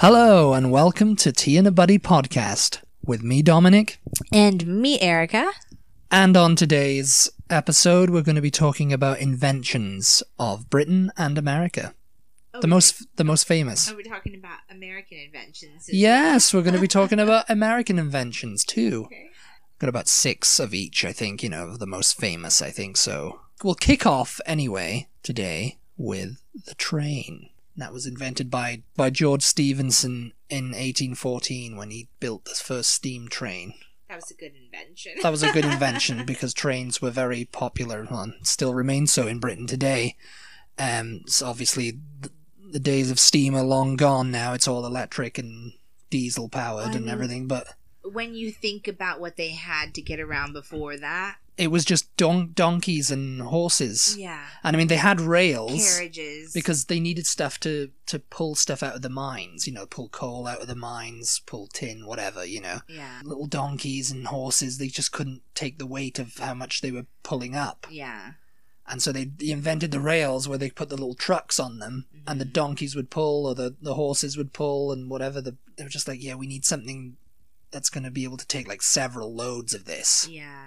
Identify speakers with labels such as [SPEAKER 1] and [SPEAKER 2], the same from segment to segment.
[SPEAKER 1] Hello, and welcome to Tea and a Buddy podcast with me, Dominic.
[SPEAKER 2] And me, Erica.
[SPEAKER 1] And on today's episode, we're going to be talking about inventions of Britain and America.
[SPEAKER 3] Oh,
[SPEAKER 1] The most, the most famous.
[SPEAKER 3] Are we talking about American inventions?
[SPEAKER 1] Yes, we're going to be talking about American inventions too.
[SPEAKER 3] Okay.
[SPEAKER 1] Got about six of each, I think, you know, the most famous, I think so. We'll kick off anyway today with the train. That was invented by, by George Stephenson in 1814 when he built the first steam train.
[SPEAKER 3] That was a good invention.
[SPEAKER 1] That was a good invention because trains were very popular and still remain so in Britain today. Um, so obviously, the, the days of steam are long gone now. It's all electric and diesel powered and
[SPEAKER 3] I-
[SPEAKER 1] everything, but
[SPEAKER 3] when you think about what they had to get around before that,
[SPEAKER 1] it was just don- donkeys and horses.
[SPEAKER 3] yeah,
[SPEAKER 1] And I mean, they had rails
[SPEAKER 3] carriages.
[SPEAKER 1] because they needed stuff to, to pull stuff out of the mines, you know, pull coal out of the mines, pull tin, whatever, you know.
[SPEAKER 3] yeah,
[SPEAKER 1] Little donkeys and horses, they just couldn't take the weight of how much they were pulling up.
[SPEAKER 3] yeah,
[SPEAKER 1] And so they, they invented the rails where they put the little trucks on them and the
[SPEAKER 3] Mhm.
[SPEAKER 1] donkeys would pull or the, the horses would pull and whatever. The, they were just like, yeah, we need something that's going to be able to take like several loads of this.
[SPEAKER 3] yeah.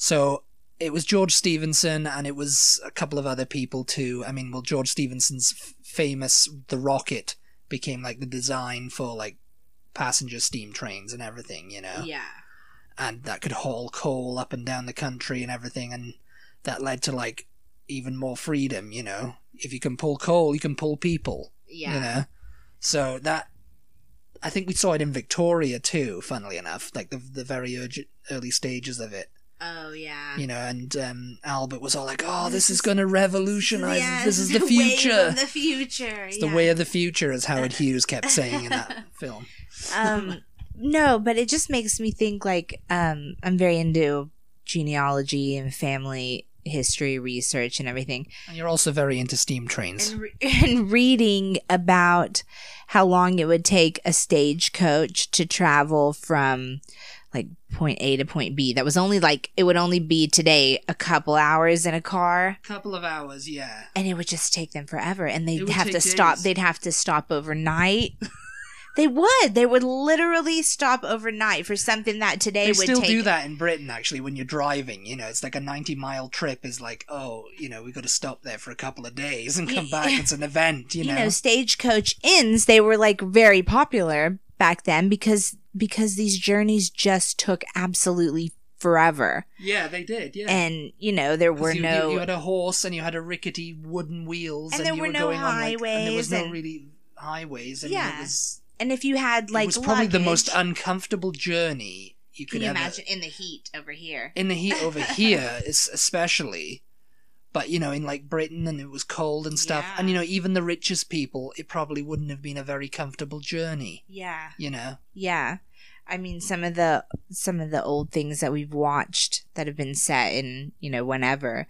[SPEAKER 1] So it was George Stevenson and it was a couple of other people too. I mean, well, George Stevenson's f- famous The Rocket became like the design for like passenger steam trains and everything, you know?
[SPEAKER 3] Yeah.
[SPEAKER 1] And that could haul coal up and down the country and everything. And that led to like even more freedom, you know? If you can pull coal, you can pull people,
[SPEAKER 3] Yeah.
[SPEAKER 1] you know? So that. I think we saw it in Victoria too, funnily enough, like the, the very urgent, early stages of it
[SPEAKER 3] Oh yeah.
[SPEAKER 1] you know, and um, Albert was all like, "Oh, this,
[SPEAKER 3] This
[SPEAKER 1] is
[SPEAKER 3] is-
[SPEAKER 1] going to revolutionize.
[SPEAKER 3] Yeah,
[SPEAKER 1] this is the
[SPEAKER 3] wave of
[SPEAKER 1] future.
[SPEAKER 3] The future.
[SPEAKER 1] It's
[SPEAKER 3] yeah.
[SPEAKER 1] the way of the future," as Howard Hughes kept saying in that film.
[SPEAKER 2] Um, no, but it just makes me think like um, I'm very into genealogy and family history research and everything.
[SPEAKER 1] And you're also very into steam trains.
[SPEAKER 3] And re-
[SPEAKER 2] and reading about how long it would take a stagecoach to travel from like point A to point B. That was only like it would only be today a couple hours in a car
[SPEAKER 1] Couple of hours, yeah.
[SPEAKER 2] and it would just take them forever and
[SPEAKER 1] It
[SPEAKER 2] they'd
[SPEAKER 1] would
[SPEAKER 2] have to
[SPEAKER 1] take
[SPEAKER 2] stop
[SPEAKER 1] days.
[SPEAKER 2] they'd have to stop overnight. they would. They would literally stop overnight for something that today
[SPEAKER 1] They
[SPEAKER 2] would
[SPEAKER 1] still
[SPEAKER 2] take
[SPEAKER 1] do that in Britain, actually, when you're driving. You know, it's like a 90 mile trip is like, oh, you know, we've got to stop there for a couple of days and come back. It's an event, you
[SPEAKER 2] you
[SPEAKER 1] know.
[SPEAKER 2] know, stagecoach inns they were like very popular back then because because these journeys just took absolutely forever
[SPEAKER 1] yeah, they did, yeah.
[SPEAKER 2] and you know there
[SPEAKER 1] 'Cause
[SPEAKER 2] were
[SPEAKER 1] you,
[SPEAKER 2] no
[SPEAKER 1] you, you had a horse and you had a rickety wooden wheels
[SPEAKER 2] And
[SPEAKER 1] and,
[SPEAKER 2] there
[SPEAKER 1] you
[SPEAKER 2] were
[SPEAKER 1] were
[SPEAKER 2] no
[SPEAKER 1] going on like, and there was
[SPEAKER 2] highways
[SPEAKER 1] no
[SPEAKER 2] and-
[SPEAKER 1] really highways and it
[SPEAKER 2] Yeah.
[SPEAKER 1] was
[SPEAKER 2] and if you had like
[SPEAKER 1] it was probably the most
[SPEAKER 2] luggage-
[SPEAKER 1] uncomfortable journey you could
[SPEAKER 3] can you
[SPEAKER 1] ever
[SPEAKER 3] imagine in the heat over here?
[SPEAKER 1] in the heat over here es- especially but you know in like britain and it was cold and stuff
[SPEAKER 3] Yeah.
[SPEAKER 1] and you know even the richest people it probably wouldn't have been a very comfortable journey
[SPEAKER 3] Yeah.
[SPEAKER 1] you know
[SPEAKER 2] yeah i mean some of the some of the old things that we've watched that have been set in you know whenever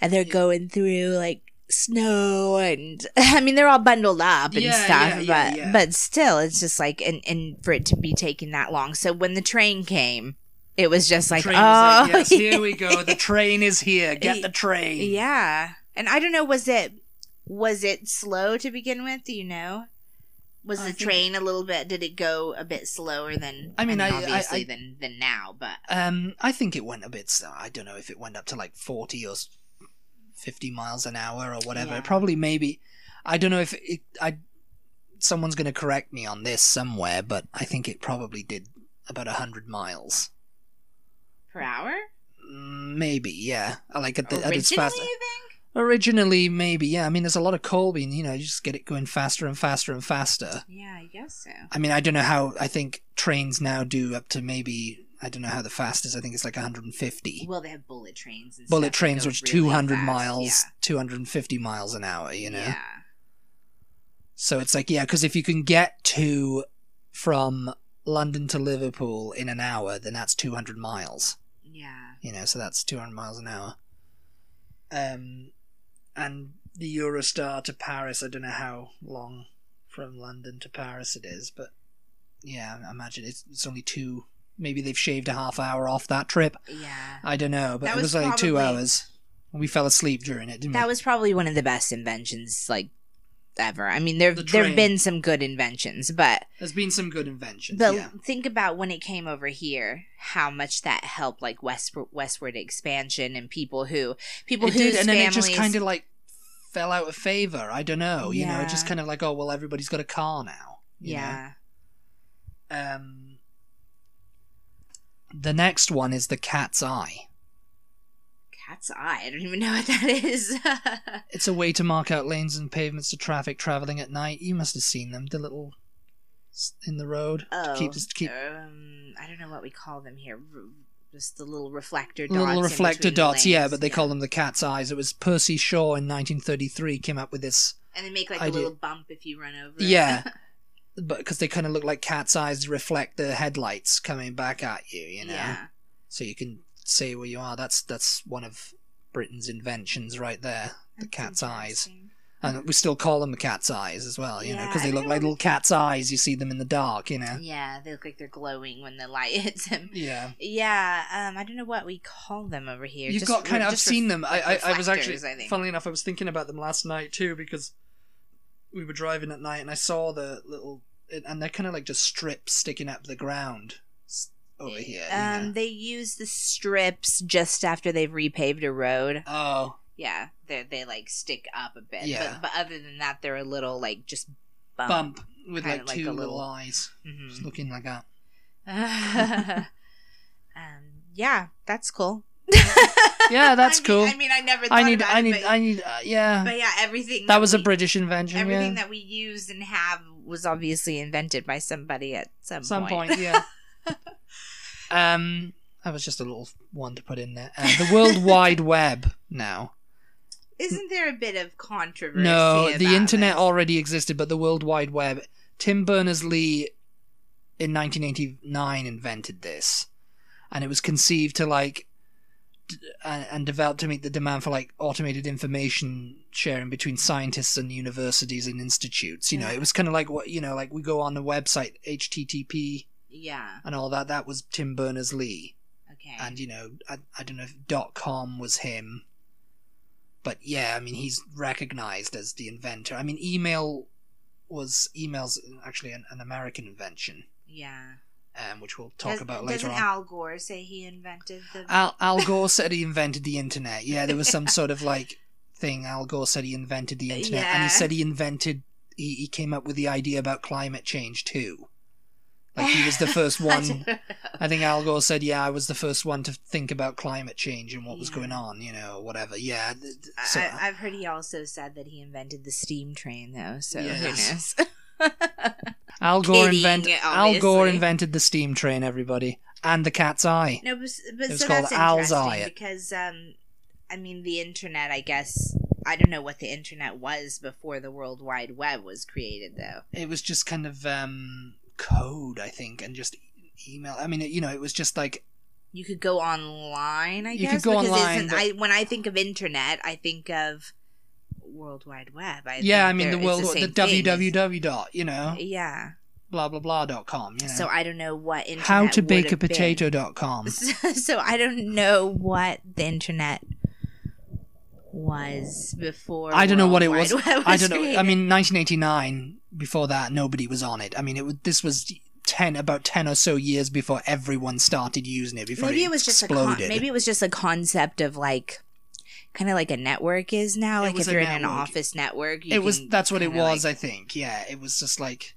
[SPEAKER 2] and they're
[SPEAKER 1] Yeah.
[SPEAKER 2] going through like snow and i mean they're all bundled up and
[SPEAKER 1] Yeah,
[SPEAKER 2] stuff
[SPEAKER 1] yeah,
[SPEAKER 2] but
[SPEAKER 1] yeah, yeah.
[SPEAKER 2] but still it's just like and and for it to be taking that long so when the train came it was just like
[SPEAKER 1] train
[SPEAKER 2] oh
[SPEAKER 1] was like, yes here we go the train is here get the train
[SPEAKER 2] yeah and i don't know was it was it slow to begin with do you know
[SPEAKER 3] Was
[SPEAKER 1] I
[SPEAKER 3] the
[SPEAKER 1] think-
[SPEAKER 3] train a little bit? Did it go a bit slower than?
[SPEAKER 1] I mean, I- I-
[SPEAKER 3] obviously
[SPEAKER 1] I-
[SPEAKER 3] than than now, but
[SPEAKER 1] um i think it went a bit so i don't know if it went up to like 40 or s- 50 miles an hour or whatever
[SPEAKER 3] Yeah.
[SPEAKER 1] probably maybe i don't know if it i someone's going to correct me on this somewhere but i think it probably did about 100 miles
[SPEAKER 3] per hour.
[SPEAKER 1] Mm, maybe yeah like at, the, at
[SPEAKER 3] Originally,
[SPEAKER 1] its fast
[SPEAKER 3] you think?
[SPEAKER 1] originally maybe yeah i mean there's a lot of coal being you know you just get it going faster and faster and faster
[SPEAKER 3] Yeah, I guess so.
[SPEAKER 1] i mean i don't know how i think trains now do up to maybe i don't know how the fastest i think it's like 150
[SPEAKER 3] Well, they have bullet trains. And stuff
[SPEAKER 1] bullet
[SPEAKER 3] that
[SPEAKER 1] trains
[SPEAKER 3] go
[SPEAKER 1] which
[SPEAKER 3] really
[SPEAKER 1] 200
[SPEAKER 3] fast.
[SPEAKER 1] miles 250 miles an hour
[SPEAKER 3] Yeah.
[SPEAKER 1] you know
[SPEAKER 3] Yeah.
[SPEAKER 1] so it's like yeah because if you can get to from london to liverpool in an hour then that's 200 miles
[SPEAKER 3] Yeah.
[SPEAKER 1] you know so that's 200 miles an hour um and the eurostar to paris i don't know how long from london to paris it is but yeah i imagine it's, it's only two maybe they've shaved a half hour off that trip
[SPEAKER 3] Yeah.
[SPEAKER 1] i don't know but
[SPEAKER 2] That
[SPEAKER 1] it was
[SPEAKER 2] was
[SPEAKER 1] like two
[SPEAKER 2] probably-
[SPEAKER 1] hours we fell asleep during it didn't we
[SPEAKER 2] That was probably one of the best inventions like ever. I mean, there
[SPEAKER 1] The
[SPEAKER 2] there
[SPEAKER 1] train.
[SPEAKER 2] have been some good inventions, but
[SPEAKER 1] There's been some good inventions.
[SPEAKER 2] but
[SPEAKER 1] yeah.
[SPEAKER 2] think about when it came over here, how much that helped, like west westward expansion and people who people
[SPEAKER 1] it
[SPEAKER 2] whose
[SPEAKER 1] did, and then it
[SPEAKER 2] families
[SPEAKER 1] just kind of like fell out of favor. I don't know. You know, it just
[SPEAKER 2] Yeah.
[SPEAKER 1] kind of like, oh well, everybody's got a car now. you know?
[SPEAKER 2] yeah
[SPEAKER 1] Um, the next one is the cat's eye.
[SPEAKER 2] cat's eye. I don't even know what that is.
[SPEAKER 1] It's a way to mark out lanes and pavements to traffic traveling at night. You must have seen them. The little s- in the road
[SPEAKER 2] oh,
[SPEAKER 1] to keep to keep
[SPEAKER 2] um, I don't know what we call them here. R- Just the little reflector dots.
[SPEAKER 1] little
[SPEAKER 2] in
[SPEAKER 1] reflector
[SPEAKER 2] between the
[SPEAKER 1] dots. Yeah,
[SPEAKER 2] lanes.
[SPEAKER 1] but they call them the cat's eyes. It was Percy Shaw in 1933 came up with this,
[SPEAKER 2] and they make like a
[SPEAKER 1] idea.
[SPEAKER 2] little bump if you run over. it.
[SPEAKER 1] Yeah. but because they kind of look like cat's eyes reflect the headlights coming back at you. You know.
[SPEAKER 2] yeah.
[SPEAKER 1] so you can say where you are. That's that's one of Britain's inventions right there. The
[SPEAKER 2] That's
[SPEAKER 1] cat's eyes,
[SPEAKER 2] interesting.
[SPEAKER 1] and we still call them the cat's eyes as well, you know, 'cause know,
[SPEAKER 2] Yeah,
[SPEAKER 1] because they
[SPEAKER 2] I
[SPEAKER 1] look like
[SPEAKER 2] know.
[SPEAKER 1] little cat's eyes. You see them in the dark, you know.
[SPEAKER 2] Yeah, they look like they're glowing when the light hits them.
[SPEAKER 1] Yeah,
[SPEAKER 2] Yeah, um, I don't know what we call them over here.
[SPEAKER 1] you've
[SPEAKER 2] Just
[SPEAKER 1] got kind
[SPEAKER 2] re-
[SPEAKER 1] of. I've
[SPEAKER 2] just
[SPEAKER 1] seen
[SPEAKER 2] ref-
[SPEAKER 1] them. I, I, I was actually,
[SPEAKER 2] reflectors, I think. Um,
[SPEAKER 1] funnily enough, I was thinking about them last night too because we were driving at night and I saw the little, and they're kind of like just strips sticking up the ground s- over here. you
[SPEAKER 2] Um,
[SPEAKER 1] know.
[SPEAKER 2] they use the strips just after they've repaved a road.
[SPEAKER 1] Oh,
[SPEAKER 2] Yeah, they they like stick up a bit.
[SPEAKER 1] Yeah.
[SPEAKER 2] But, but other than that, they're a little like just bump.
[SPEAKER 1] bump with
[SPEAKER 2] um, Kinda
[SPEAKER 1] like
[SPEAKER 2] like
[SPEAKER 1] two
[SPEAKER 2] a
[SPEAKER 1] little
[SPEAKER 2] little-
[SPEAKER 1] eyes, just
[SPEAKER 2] Mhm.
[SPEAKER 1] looking like that.
[SPEAKER 2] um, yeah, that's cool.
[SPEAKER 1] Yeah, that's
[SPEAKER 2] I mean-
[SPEAKER 1] cool.
[SPEAKER 2] I mean, I never. Thought
[SPEAKER 1] I need,
[SPEAKER 2] about
[SPEAKER 1] I
[SPEAKER 2] it,
[SPEAKER 1] need,
[SPEAKER 2] but,
[SPEAKER 1] I need. Uh, yeah,
[SPEAKER 2] but yeah, everything
[SPEAKER 1] that was a
[SPEAKER 2] we-
[SPEAKER 1] British invention.
[SPEAKER 2] Everything
[SPEAKER 1] yeah.
[SPEAKER 2] that we use and have was obviously invented by somebody at some,
[SPEAKER 1] some point, yeah. um, that was just a little one to put in there. Uh, the World Wide Web now.
[SPEAKER 2] Isn't there a bit of controversy?
[SPEAKER 1] No, the
[SPEAKER 2] about
[SPEAKER 1] internet
[SPEAKER 2] this?
[SPEAKER 1] already existed, but the World Wide Web. Tim Berners Lee, in 1989, invented this, and it was conceived to like. d- And and developed to meet the demand for like automated information sharing between scientists and universities and institutes. You know,
[SPEAKER 2] Yeah.
[SPEAKER 1] it was kind of like what you know, like we go on the website HTTP
[SPEAKER 2] Yeah.
[SPEAKER 1] and all that. That was Tim Berners Lee
[SPEAKER 2] Okay.
[SPEAKER 1] and you know I, I don't know if dot com was him but yeah i mean he's recognized as the inventor i mean email was emails actually an, an american invention
[SPEAKER 2] yeah.
[SPEAKER 1] um, which we'll talk
[SPEAKER 2] Does-
[SPEAKER 1] about later
[SPEAKER 2] doesn't
[SPEAKER 1] on
[SPEAKER 2] Al Gore say he invented the?
[SPEAKER 1] al, al gore said he invented the internet yeah there was some sort of like thing al gore said he invented the internet and he
[SPEAKER 2] Yeah.
[SPEAKER 1] said he invented he, he came up with the idea about climate change too like he was the first
[SPEAKER 2] I
[SPEAKER 1] one
[SPEAKER 2] don't know.
[SPEAKER 1] I think Al Gore said, "Yeah, I was the first one to think about climate change and what was
[SPEAKER 2] Yeah.
[SPEAKER 1] going on, you know, whatever." Yeah, th- th-
[SPEAKER 2] I-
[SPEAKER 1] so,
[SPEAKER 2] I, I've heard he also said that he invented the steam train, though. So
[SPEAKER 1] Yes.
[SPEAKER 2] who knows?
[SPEAKER 1] Al Gore
[SPEAKER 2] kidding,
[SPEAKER 1] invented Al Gore
[SPEAKER 2] obviously.
[SPEAKER 1] invented the steam train, everybody, and the cat's eye.
[SPEAKER 2] no, but, s- but
[SPEAKER 1] It was
[SPEAKER 2] so
[SPEAKER 1] called
[SPEAKER 2] that's
[SPEAKER 1] Al's
[SPEAKER 2] interesting
[SPEAKER 1] Eye.
[SPEAKER 2] because, um, I mean, the internet. I guess I don't know what the internet was before the World Wide Web was created, though.
[SPEAKER 1] It was just kind of um, code, I think, and just e- email. I mean, it, you know, it was just like
[SPEAKER 2] You could go online, I
[SPEAKER 1] You
[SPEAKER 2] guess.
[SPEAKER 1] could go
[SPEAKER 2] because
[SPEAKER 1] online,
[SPEAKER 2] isn't-
[SPEAKER 1] but-
[SPEAKER 2] I, when I think of internet, I think of World Wide Web. I
[SPEAKER 1] yeah, I
[SPEAKER 2] think
[SPEAKER 1] mean, the
[SPEAKER 2] they're- it's
[SPEAKER 1] world, the,
[SPEAKER 2] same thing.
[SPEAKER 1] www dot, you know,
[SPEAKER 2] Yeah.
[SPEAKER 1] blah blah blah dot com. You know,
[SPEAKER 2] So I don't know what internet
[SPEAKER 1] how to
[SPEAKER 2] would
[SPEAKER 1] bake a
[SPEAKER 2] have been.
[SPEAKER 1] potato dot com.
[SPEAKER 2] so I don't know what the internet was before.
[SPEAKER 1] I don't know what it
[SPEAKER 2] World
[SPEAKER 1] was.
[SPEAKER 2] Wide Web
[SPEAKER 1] I don't know.
[SPEAKER 2] was
[SPEAKER 1] I mean, 1989. Before that, nobody was on it. I mean, it was, this was ten about ten or so years before everyone started using it. Before
[SPEAKER 2] maybe
[SPEAKER 1] it,
[SPEAKER 2] it was just
[SPEAKER 1] exploded.
[SPEAKER 2] a con- maybe it was just a concept of like kind of like a network is now.
[SPEAKER 1] It
[SPEAKER 2] Like
[SPEAKER 1] was a
[SPEAKER 2] if you're in an
[SPEAKER 1] network.
[SPEAKER 2] office network, you
[SPEAKER 1] it was.
[SPEAKER 2] can
[SPEAKER 1] That's what it
[SPEAKER 2] kinda,
[SPEAKER 1] was.
[SPEAKER 2] Like,
[SPEAKER 1] I think. Yeah, it was just like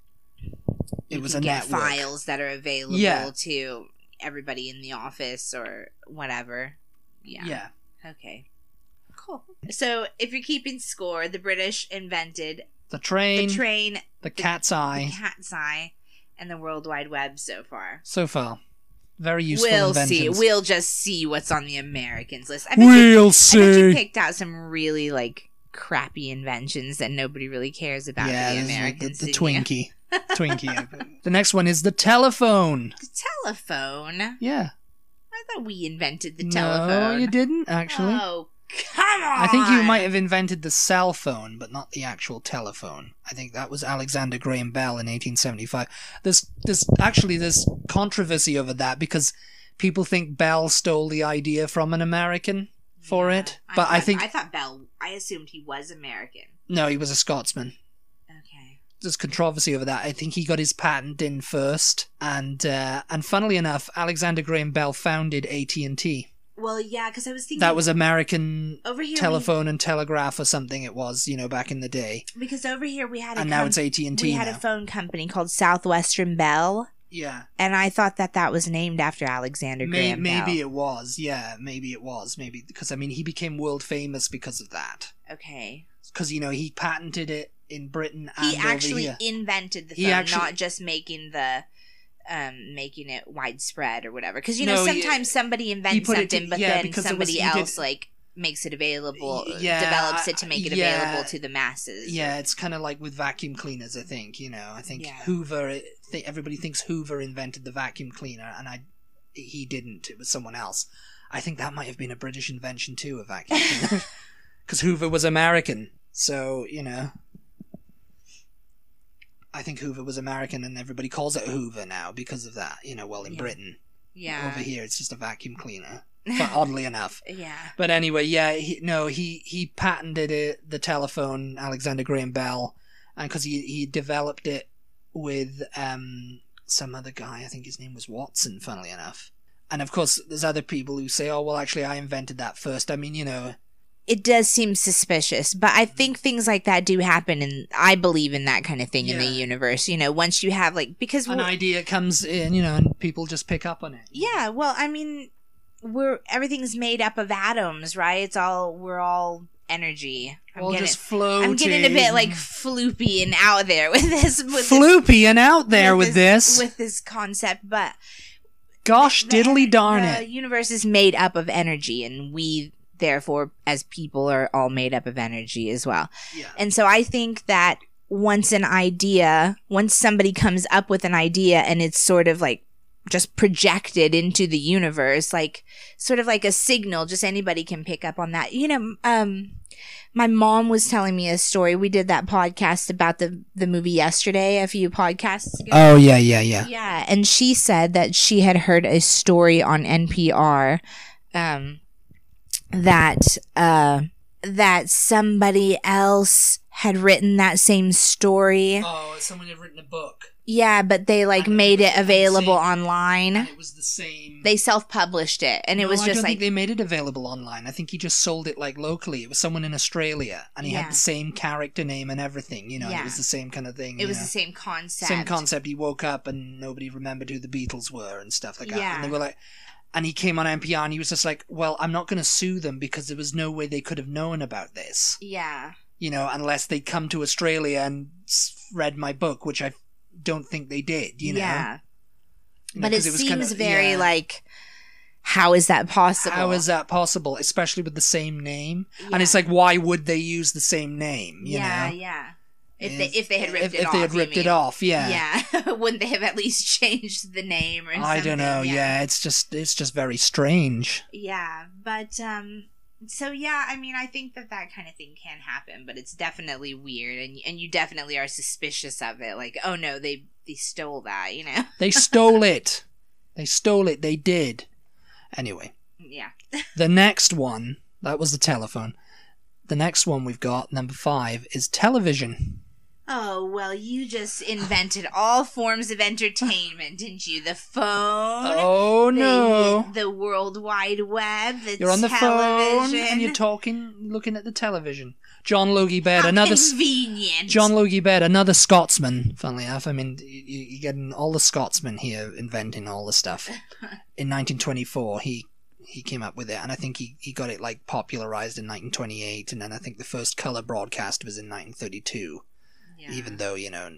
[SPEAKER 1] it
[SPEAKER 2] you
[SPEAKER 1] was a
[SPEAKER 2] can get
[SPEAKER 1] network.
[SPEAKER 2] files that are available
[SPEAKER 1] Yeah.
[SPEAKER 2] to everybody in the office or whatever.
[SPEAKER 1] Yeah.
[SPEAKER 2] Yeah. Okay. Cool. So if you're keeping score, the British invented
[SPEAKER 1] the train,
[SPEAKER 2] the
[SPEAKER 1] the,
[SPEAKER 2] train,
[SPEAKER 1] cat's
[SPEAKER 2] the
[SPEAKER 1] eye.
[SPEAKER 2] cat's eye and the World Wide Web so far.
[SPEAKER 1] so far, very useful
[SPEAKER 2] we'll
[SPEAKER 1] inventions.
[SPEAKER 2] see. We'll just see what's on the Americans list. I bet, you,
[SPEAKER 1] We'll
[SPEAKER 2] I bet you
[SPEAKER 1] see.
[SPEAKER 2] picked out some really like crappy inventions that nobody really cares about.
[SPEAKER 1] yeah,
[SPEAKER 2] for the
[SPEAKER 1] there's the-
[SPEAKER 2] Americans.
[SPEAKER 1] the, the
[SPEAKER 2] didn't you?
[SPEAKER 1] Twinkie. Twinkie. The next one is the telephone.
[SPEAKER 2] The telephone. I
[SPEAKER 1] Yeah.
[SPEAKER 2] thought we invented the
[SPEAKER 1] no,
[SPEAKER 2] telephone.
[SPEAKER 1] you didn't actually.
[SPEAKER 2] Oh, come on.
[SPEAKER 1] I think you might have invented the cell phone, but not the actual telephone. I think that was Alexander Graham Bell in 1875. There's, there's actually there's controversy over that because people think Bell stole the idea from an American for
[SPEAKER 2] Yeah.
[SPEAKER 1] it, but I,
[SPEAKER 2] thought-
[SPEAKER 1] think
[SPEAKER 2] I thought Bell. I assumed he was American.
[SPEAKER 1] no, he was a Scotsman. there's controversy over that. I think he got his patent in first, and uh, and funnily enough, Alexander Graham Bell founded AT and T.
[SPEAKER 3] Well, yeah, because I was thinking
[SPEAKER 1] That was American
[SPEAKER 3] over here we-
[SPEAKER 1] telephone and telegraph or something. It was you know back in the day,
[SPEAKER 3] because over here we had a
[SPEAKER 1] and now
[SPEAKER 3] com-
[SPEAKER 1] it's AT and
[SPEAKER 3] we
[SPEAKER 1] T
[SPEAKER 3] had
[SPEAKER 1] now.
[SPEAKER 3] a phone company called Southwestern Bell,
[SPEAKER 1] yeah,
[SPEAKER 2] And I thought that that was named after Alexander
[SPEAKER 1] May-
[SPEAKER 2] Graham Bell.
[SPEAKER 1] maybe it was. Yeah, maybe it was. Maybe because I mean he became world famous because of that.
[SPEAKER 2] Okay.
[SPEAKER 1] because you know he patented it in Britain and
[SPEAKER 2] He
[SPEAKER 1] over
[SPEAKER 2] actually
[SPEAKER 1] here.
[SPEAKER 2] invented the
[SPEAKER 1] He
[SPEAKER 2] phone,
[SPEAKER 1] actually-
[SPEAKER 2] not just making the um making it widespread or whatever. Because you know
[SPEAKER 1] No, he-
[SPEAKER 2] sometimes somebody
[SPEAKER 1] he
[SPEAKER 2] invents
[SPEAKER 1] put it to-
[SPEAKER 2] something, but
[SPEAKER 1] yeah,
[SPEAKER 2] then
[SPEAKER 1] because it was-
[SPEAKER 2] somebody
[SPEAKER 1] he did-
[SPEAKER 2] else like makes it available,
[SPEAKER 1] Y- yeah,
[SPEAKER 2] develops it to make it
[SPEAKER 1] yeah.
[SPEAKER 2] available to the masses.
[SPEAKER 1] Yeah, it's kind of like with vacuum cleaners. I think you know. I think
[SPEAKER 2] Yeah.
[SPEAKER 1] Hoover. it- Th- everybody thinks Hoover invented the vacuum cleaner, and I he didn't. It was someone else. I think that might have been a British invention too, a vacuum cleaner, because Hoover was American. So you know. I think Hoover was American, and everybody calls it Hoover now because of that. You know, well, in
[SPEAKER 2] Yeah.
[SPEAKER 1] Britain,
[SPEAKER 2] Yeah.
[SPEAKER 1] over here, it's just a vacuum cleaner. But oddly enough,
[SPEAKER 2] yeah.
[SPEAKER 1] But anyway, yeah, he, no, he he patented it, the telephone, Alexander Graham Bell, and because he he developed it with um some other guy, I think his name was Watson, funnily enough. And of course, there's other people who say, "Oh, well, actually, I invented that first. I mean, you know,
[SPEAKER 2] It does seem suspicious, but I think things like that do happen, and I believe in that kind of thing in the
[SPEAKER 1] Yeah.
[SPEAKER 2] universe. You know, once you have like because
[SPEAKER 1] an
[SPEAKER 2] we're-
[SPEAKER 1] idea comes in, you know, and people just pick up on it.
[SPEAKER 2] Yeah, well, I mean, we're everything's made up of atoms, right? It's all we're all energy. I'm
[SPEAKER 1] Well,
[SPEAKER 2] getting,
[SPEAKER 1] just floating.
[SPEAKER 2] I'm getting a bit like floopy and out there with this with this,
[SPEAKER 1] floopy and out there with, this.
[SPEAKER 2] with this concept, but
[SPEAKER 1] Gosh,
[SPEAKER 2] the-
[SPEAKER 1] diddly darn
[SPEAKER 2] the
[SPEAKER 1] it!
[SPEAKER 2] universe is made up of energy, and we therefore, as people, are all made up of energy as well.
[SPEAKER 1] Yeah.
[SPEAKER 2] And so I think that once an idea, once somebody comes up with an idea and it's sort of like just projected into the universe, like sort of like a signal, just anybody can pick up on that. You know, um, my mom was telling me a story. We did that podcast about the, the movie yesterday, a few podcasts ago.
[SPEAKER 1] Oh yeah, yeah, yeah.
[SPEAKER 2] Yeah, and she said that she had heard a story on NPR um, that uh, that somebody else had written that same story.
[SPEAKER 1] Oh, someone had written a book,
[SPEAKER 2] Yeah, but they like
[SPEAKER 1] And
[SPEAKER 2] made
[SPEAKER 1] it
[SPEAKER 2] it
[SPEAKER 1] was
[SPEAKER 2] available
[SPEAKER 1] unseen. and
[SPEAKER 2] online.
[SPEAKER 1] it was the same.
[SPEAKER 2] They self-published it, and it
[SPEAKER 1] No,
[SPEAKER 2] was
[SPEAKER 1] I
[SPEAKER 2] just
[SPEAKER 1] don't think
[SPEAKER 2] like
[SPEAKER 1] they made it available online. I think he just sold it like locally. It was someone in Australia, and he
[SPEAKER 2] Yeah.
[SPEAKER 1] had the same character name and everything. You know, and
[SPEAKER 2] Yeah.
[SPEAKER 1] it was the same kind of thing.
[SPEAKER 2] it
[SPEAKER 1] you
[SPEAKER 2] was
[SPEAKER 1] know.
[SPEAKER 2] the same concept.
[SPEAKER 1] same concept. He woke up and nobody remembered who the Beatles were and stuff like that.
[SPEAKER 2] Yeah.
[SPEAKER 1] And they were like, and he came on NPR and he was just like, "Well, I'm not going to sue them because there was no way they could have known about this,
[SPEAKER 2] Yeah,
[SPEAKER 1] you know, unless they come to Australia and s- read my book, which I don't think they did. You know,
[SPEAKER 2] yeah,
[SPEAKER 1] You know,
[SPEAKER 2] but it,
[SPEAKER 1] 'cause was
[SPEAKER 2] seems
[SPEAKER 1] kinda-
[SPEAKER 2] very
[SPEAKER 1] yeah.
[SPEAKER 2] like, how is that possible?
[SPEAKER 1] How is that possible, especially with the same name?
[SPEAKER 2] Yeah.
[SPEAKER 1] And it's like, why would they use the same name? You
[SPEAKER 2] yeah,
[SPEAKER 1] know,
[SPEAKER 2] yeah. If they if they had ripped
[SPEAKER 1] if,
[SPEAKER 2] it
[SPEAKER 1] if
[SPEAKER 2] off,
[SPEAKER 1] they had
[SPEAKER 2] you
[SPEAKER 1] ripped it
[SPEAKER 2] mean.
[SPEAKER 1] off, yeah.
[SPEAKER 2] Yeah. Wouldn't they have at least changed the name or something?
[SPEAKER 1] I don't know. Yeah. it's just it's just very strange.
[SPEAKER 2] Yeah. But, um, so yeah, I mean, I think that that kind of thing can happen, but it's definitely weird and, and you definitely are suspicious of it. Like, oh no, they, they stole that, you know?
[SPEAKER 1] They stole it. They stole it. They did. Anyway,
[SPEAKER 2] Yeah.
[SPEAKER 1] the next one that was the telephone. The next one we've got number five is television.
[SPEAKER 2] Oh, well, you just invented all forms of entertainment, didn't you? The phone.
[SPEAKER 1] Oh
[SPEAKER 2] the-
[SPEAKER 1] no!
[SPEAKER 2] The, World Wide Web. The
[SPEAKER 1] You're on the phone
[SPEAKER 2] television.
[SPEAKER 1] and you're talking, looking at the television. John Logie Baird,
[SPEAKER 2] How
[SPEAKER 1] another s-
[SPEAKER 2] convenient.
[SPEAKER 1] John Logie Baird, another Scotsman, funnily enough. I mean, you, you're getting all the Scotsmen here inventing all the stuff. In 1924, he he came up with it, and I think he, he got it like popularized in 1928, and then I think the first color broadcast was in 1932.
[SPEAKER 2] Yeah.
[SPEAKER 1] Even though you know, no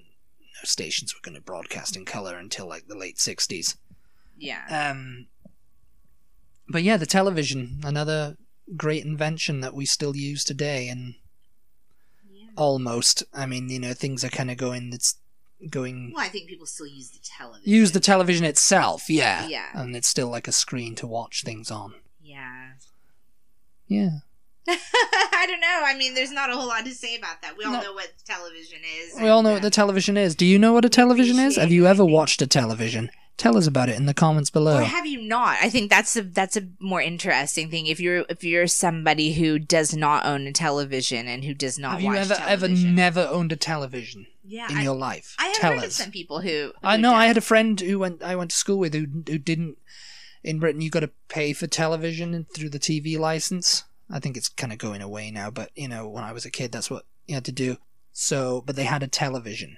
[SPEAKER 1] stations were going to broadcast in color until like the late 60s.
[SPEAKER 2] yeah.
[SPEAKER 1] Um, but yeah, the television, another great invention that we still use today, and
[SPEAKER 2] yeah.
[SPEAKER 1] almost. I mean, you know, things are kind of going. It's going.
[SPEAKER 2] Well, I think people still use the television.
[SPEAKER 1] Use the Uh. television itself, yeah.
[SPEAKER 2] Yeah.
[SPEAKER 1] And it's still like a screen to watch things on.
[SPEAKER 2] yeah.
[SPEAKER 1] Yeah.
[SPEAKER 2] I don't know. I mean, there's not a whole lot to say about that. We all
[SPEAKER 1] No.
[SPEAKER 2] know what television is.
[SPEAKER 1] We all know
[SPEAKER 2] and,
[SPEAKER 1] what the
[SPEAKER 2] uh,
[SPEAKER 1] television is. Do you know what a television is? Have you ever watched a television? Tell us about it in the comments
[SPEAKER 2] Or
[SPEAKER 1] below.
[SPEAKER 2] have you not? I think that's a that's a more interesting thing. If you're if you're somebody who does not own a television and who does not
[SPEAKER 1] Have you
[SPEAKER 2] watch
[SPEAKER 1] ever ever
[SPEAKER 2] television.
[SPEAKER 1] never owned a television?
[SPEAKER 3] Yeah.
[SPEAKER 1] in
[SPEAKER 3] I,
[SPEAKER 1] your life?
[SPEAKER 3] I have
[SPEAKER 1] Tell
[SPEAKER 3] heard of
[SPEAKER 1] us.
[SPEAKER 3] some people who.
[SPEAKER 1] I
[SPEAKER 3] who
[SPEAKER 1] know. I
[SPEAKER 3] don't.
[SPEAKER 1] had a friend who went. I went to school with who who didn't. In Britain, you got to pay for television and- through the TV license. I think it's kind of going away now, but you know, when I was a kid, that's what you had to do. So, but they had a television.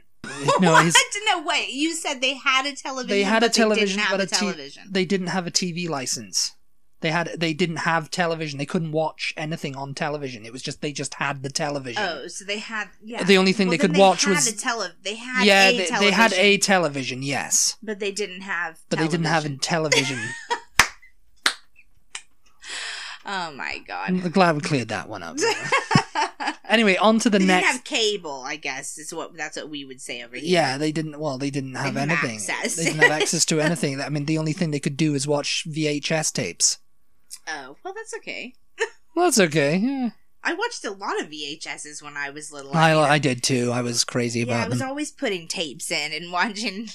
[SPEAKER 1] No,
[SPEAKER 3] what?
[SPEAKER 1] his,
[SPEAKER 3] No, wait. You said they had a television.
[SPEAKER 1] They had a
[SPEAKER 3] but
[SPEAKER 1] television,
[SPEAKER 3] They didn't have
[SPEAKER 1] but
[SPEAKER 3] a,
[SPEAKER 1] a t-
[SPEAKER 3] television.
[SPEAKER 1] they didn't have a TV license. They had they didn't have television. They couldn't watch anything on television. It was just they just had the television.
[SPEAKER 3] Oh, so they had. Yeah.
[SPEAKER 1] The only thing
[SPEAKER 3] Well,
[SPEAKER 1] they
[SPEAKER 3] then
[SPEAKER 1] could watch
[SPEAKER 3] had
[SPEAKER 1] was
[SPEAKER 3] A tele- they had
[SPEAKER 1] yeah,
[SPEAKER 3] a
[SPEAKER 1] they,
[SPEAKER 3] television,
[SPEAKER 1] they had a television, yes,
[SPEAKER 3] But they didn't have.
[SPEAKER 1] but they didn't have a
[SPEAKER 3] television.
[SPEAKER 1] television.
[SPEAKER 3] Oh my god.
[SPEAKER 1] I'm glad we cleared that one up.
[SPEAKER 3] they
[SPEAKER 1] anyway, on to the
[SPEAKER 3] didn't
[SPEAKER 1] next.
[SPEAKER 3] have cable. I guess is what that's what we would say over here.
[SPEAKER 1] yeah, they didn't. Well, they didn't have
[SPEAKER 3] didn't have
[SPEAKER 1] anything.
[SPEAKER 3] access.
[SPEAKER 1] They didn't have access to anything. I mean, the only thing they could do is watch VHS tapes.
[SPEAKER 3] Oh well, that's okay.
[SPEAKER 1] Well, that's okay. yeah.
[SPEAKER 3] I watched a lot of VHSs when I was little.
[SPEAKER 1] I, I did too. I was crazy
[SPEAKER 3] yeah, I
[SPEAKER 1] about
[SPEAKER 3] was
[SPEAKER 1] them.
[SPEAKER 3] always putting tapes in and watching.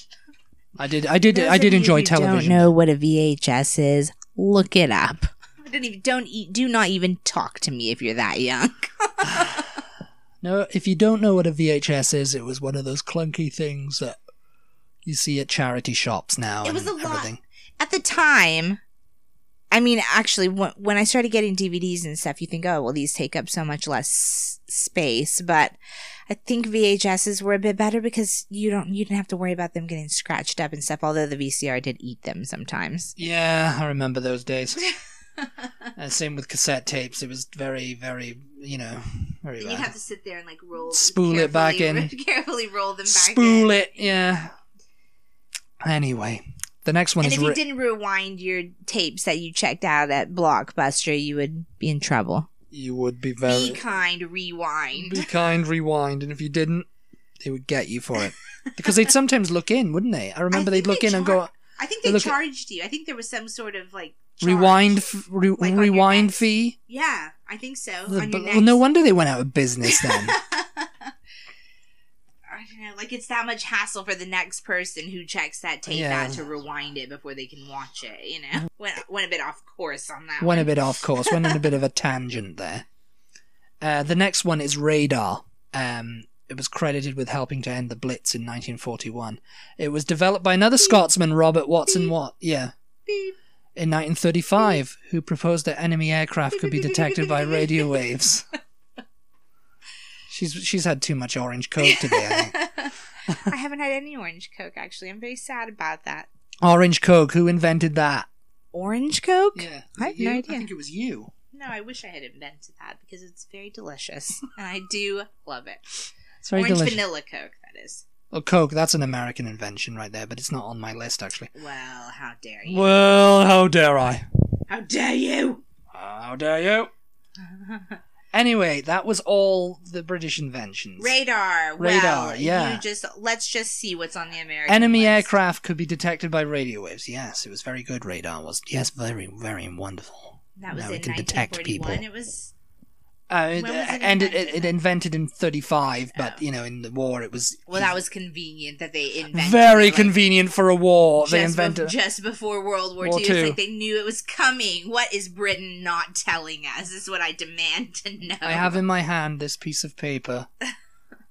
[SPEAKER 1] I did. I did.
[SPEAKER 2] Those
[SPEAKER 1] I did
[SPEAKER 2] of you
[SPEAKER 1] enjoy
[SPEAKER 2] who
[SPEAKER 1] television.
[SPEAKER 2] Don't know what a VHS is? Look it up.
[SPEAKER 3] Don't even don't e- do not even talk to me if you're that young.
[SPEAKER 1] No, if you don't know what a VHS is, it was one of those clunky things that you see at charity shops now.
[SPEAKER 3] It was
[SPEAKER 1] and
[SPEAKER 3] a lot.
[SPEAKER 1] everything.
[SPEAKER 2] At the time, I mean, actually, when, when I started getting DVDs and stuff, you think, oh, well, these take up so much less space. But I think VHSs were a bit better because you don't you didn't have to worry about them getting scratched up and stuff. Although the VCR did eat them sometimes.
[SPEAKER 1] Yeah, I remember those days. and same with cassette tapes. It was very, very, you know, very
[SPEAKER 3] And
[SPEAKER 1] bad.
[SPEAKER 3] you'd have to sit there and like roll,
[SPEAKER 1] Spool it back
[SPEAKER 3] carefully-
[SPEAKER 1] in.
[SPEAKER 3] carefully roll them back.
[SPEAKER 1] Spool
[SPEAKER 3] in.
[SPEAKER 1] it, yeah. Anyway, the next one
[SPEAKER 2] And
[SPEAKER 1] is
[SPEAKER 2] if you
[SPEAKER 1] ri-
[SPEAKER 2] didn't rewind your tapes that you checked out at Blockbuster, you would be in trouble.
[SPEAKER 1] you would be
[SPEAKER 3] Be
[SPEAKER 1] very
[SPEAKER 3] kind, rewind.
[SPEAKER 1] be kind, rewind, and if you didn't, they would get you for it because they'd sometimes look in, wouldn't they? I remember
[SPEAKER 3] think
[SPEAKER 1] they'd look
[SPEAKER 3] they
[SPEAKER 1] in and
[SPEAKER 3] char-
[SPEAKER 1] go
[SPEAKER 3] I think they
[SPEAKER 1] Look at-
[SPEAKER 3] charged you. I think there was some sort of like charge.
[SPEAKER 1] rewind, f- re-
[SPEAKER 3] Like on your
[SPEAKER 1] rewind
[SPEAKER 3] next-
[SPEAKER 1] fee.
[SPEAKER 3] Yeah, I think so.
[SPEAKER 1] The-
[SPEAKER 3] on your
[SPEAKER 1] but-
[SPEAKER 3] next.
[SPEAKER 1] well, no wonder they went out of business then.
[SPEAKER 3] I don't know. Like it's that much hassle for the next person who checks that tape
[SPEAKER 1] Yeah. Mm-hmm.
[SPEAKER 3] out to rewind it before they can watch it. You know, went went a bit off course on that.
[SPEAKER 1] went a
[SPEAKER 3] one.
[SPEAKER 1] bit off course. Went on a bit of a tangent there. Uh, the next one is Radar. Um, it was credited with helping to end the Blitz in 1941. It was developed by another Scotsman, Robert Watson Watt. Yeah.
[SPEAKER 3] Beep.
[SPEAKER 1] In 1935, who proposed that enemy aircraft could be detected by radio waves. She's she's had too much orange coke today. I think.
[SPEAKER 3] I haven't had any orange coke actually. I'm very sad about that.
[SPEAKER 1] Orange coke. Who invented that?
[SPEAKER 2] Orange Coke?
[SPEAKER 1] Yeah,
[SPEAKER 2] I have no You? I idea.
[SPEAKER 1] I
[SPEAKER 2] think
[SPEAKER 1] think it was you.
[SPEAKER 3] No, I wish I had invented that because it's very delicious and I do love it.
[SPEAKER 1] It's very
[SPEAKER 3] orange
[SPEAKER 1] delicious.
[SPEAKER 3] vanilla coke, that is.
[SPEAKER 1] Oh, coke. That's an American invention right there, but it's not on my list actually.
[SPEAKER 3] Well, how dare you?
[SPEAKER 1] Well, how dare I?
[SPEAKER 3] How dare you?
[SPEAKER 1] How dare you? Anyway, that was all the British inventions.
[SPEAKER 3] Radar.
[SPEAKER 1] Radar,
[SPEAKER 3] Well,
[SPEAKER 1] yeah.
[SPEAKER 3] You just let's just see what's on the American.
[SPEAKER 1] Enemy
[SPEAKER 3] list.
[SPEAKER 1] aircraft could be detected by radio waves. Yes, it was very good radar was. Yes, very, very wonderful.
[SPEAKER 3] That was
[SPEAKER 1] Now
[SPEAKER 3] in
[SPEAKER 1] we can detect
[SPEAKER 3] 1941.
[SPEAKER 1] people.
[SPEAKER 3] It was
[SPEAKER 1] Uh,
[SPEAKER 3] When
[SPEAKER 1] it,
[SPEAKER 3] was it
[SPEAKER 1] and it, it,
[SPEAKER 3] invented
[SPEAKER 1] it
[SPEAKER 3] then?
[SPEAKER 1] invented in 35, but,
[SPEAKER 3] Oh.
[SPEAKER 1] you know, in the war it was...
[SPEAKER 3] well, that was convenient that they invented.
[SPEAKER 1] Very
[SPEAKER 3] it, like,
[SPEAKER 1] convenient for a war.
[SPEAKER 3] Just,
[SPEAKER 1] They
[SPEAKER 3] bef-
[SPEAKER 1] invented...
[SPEAKER 3] just before World War,
[SPEAKER 1] War
[SPEAKER 3] II, it's
[SPEAKER 1] Two.
[SPEAKER 3] like they knew it was coming. What is Britain not telling us? Is what I demand to know.
[SPEAKER 1] I have in my hand this piece of paper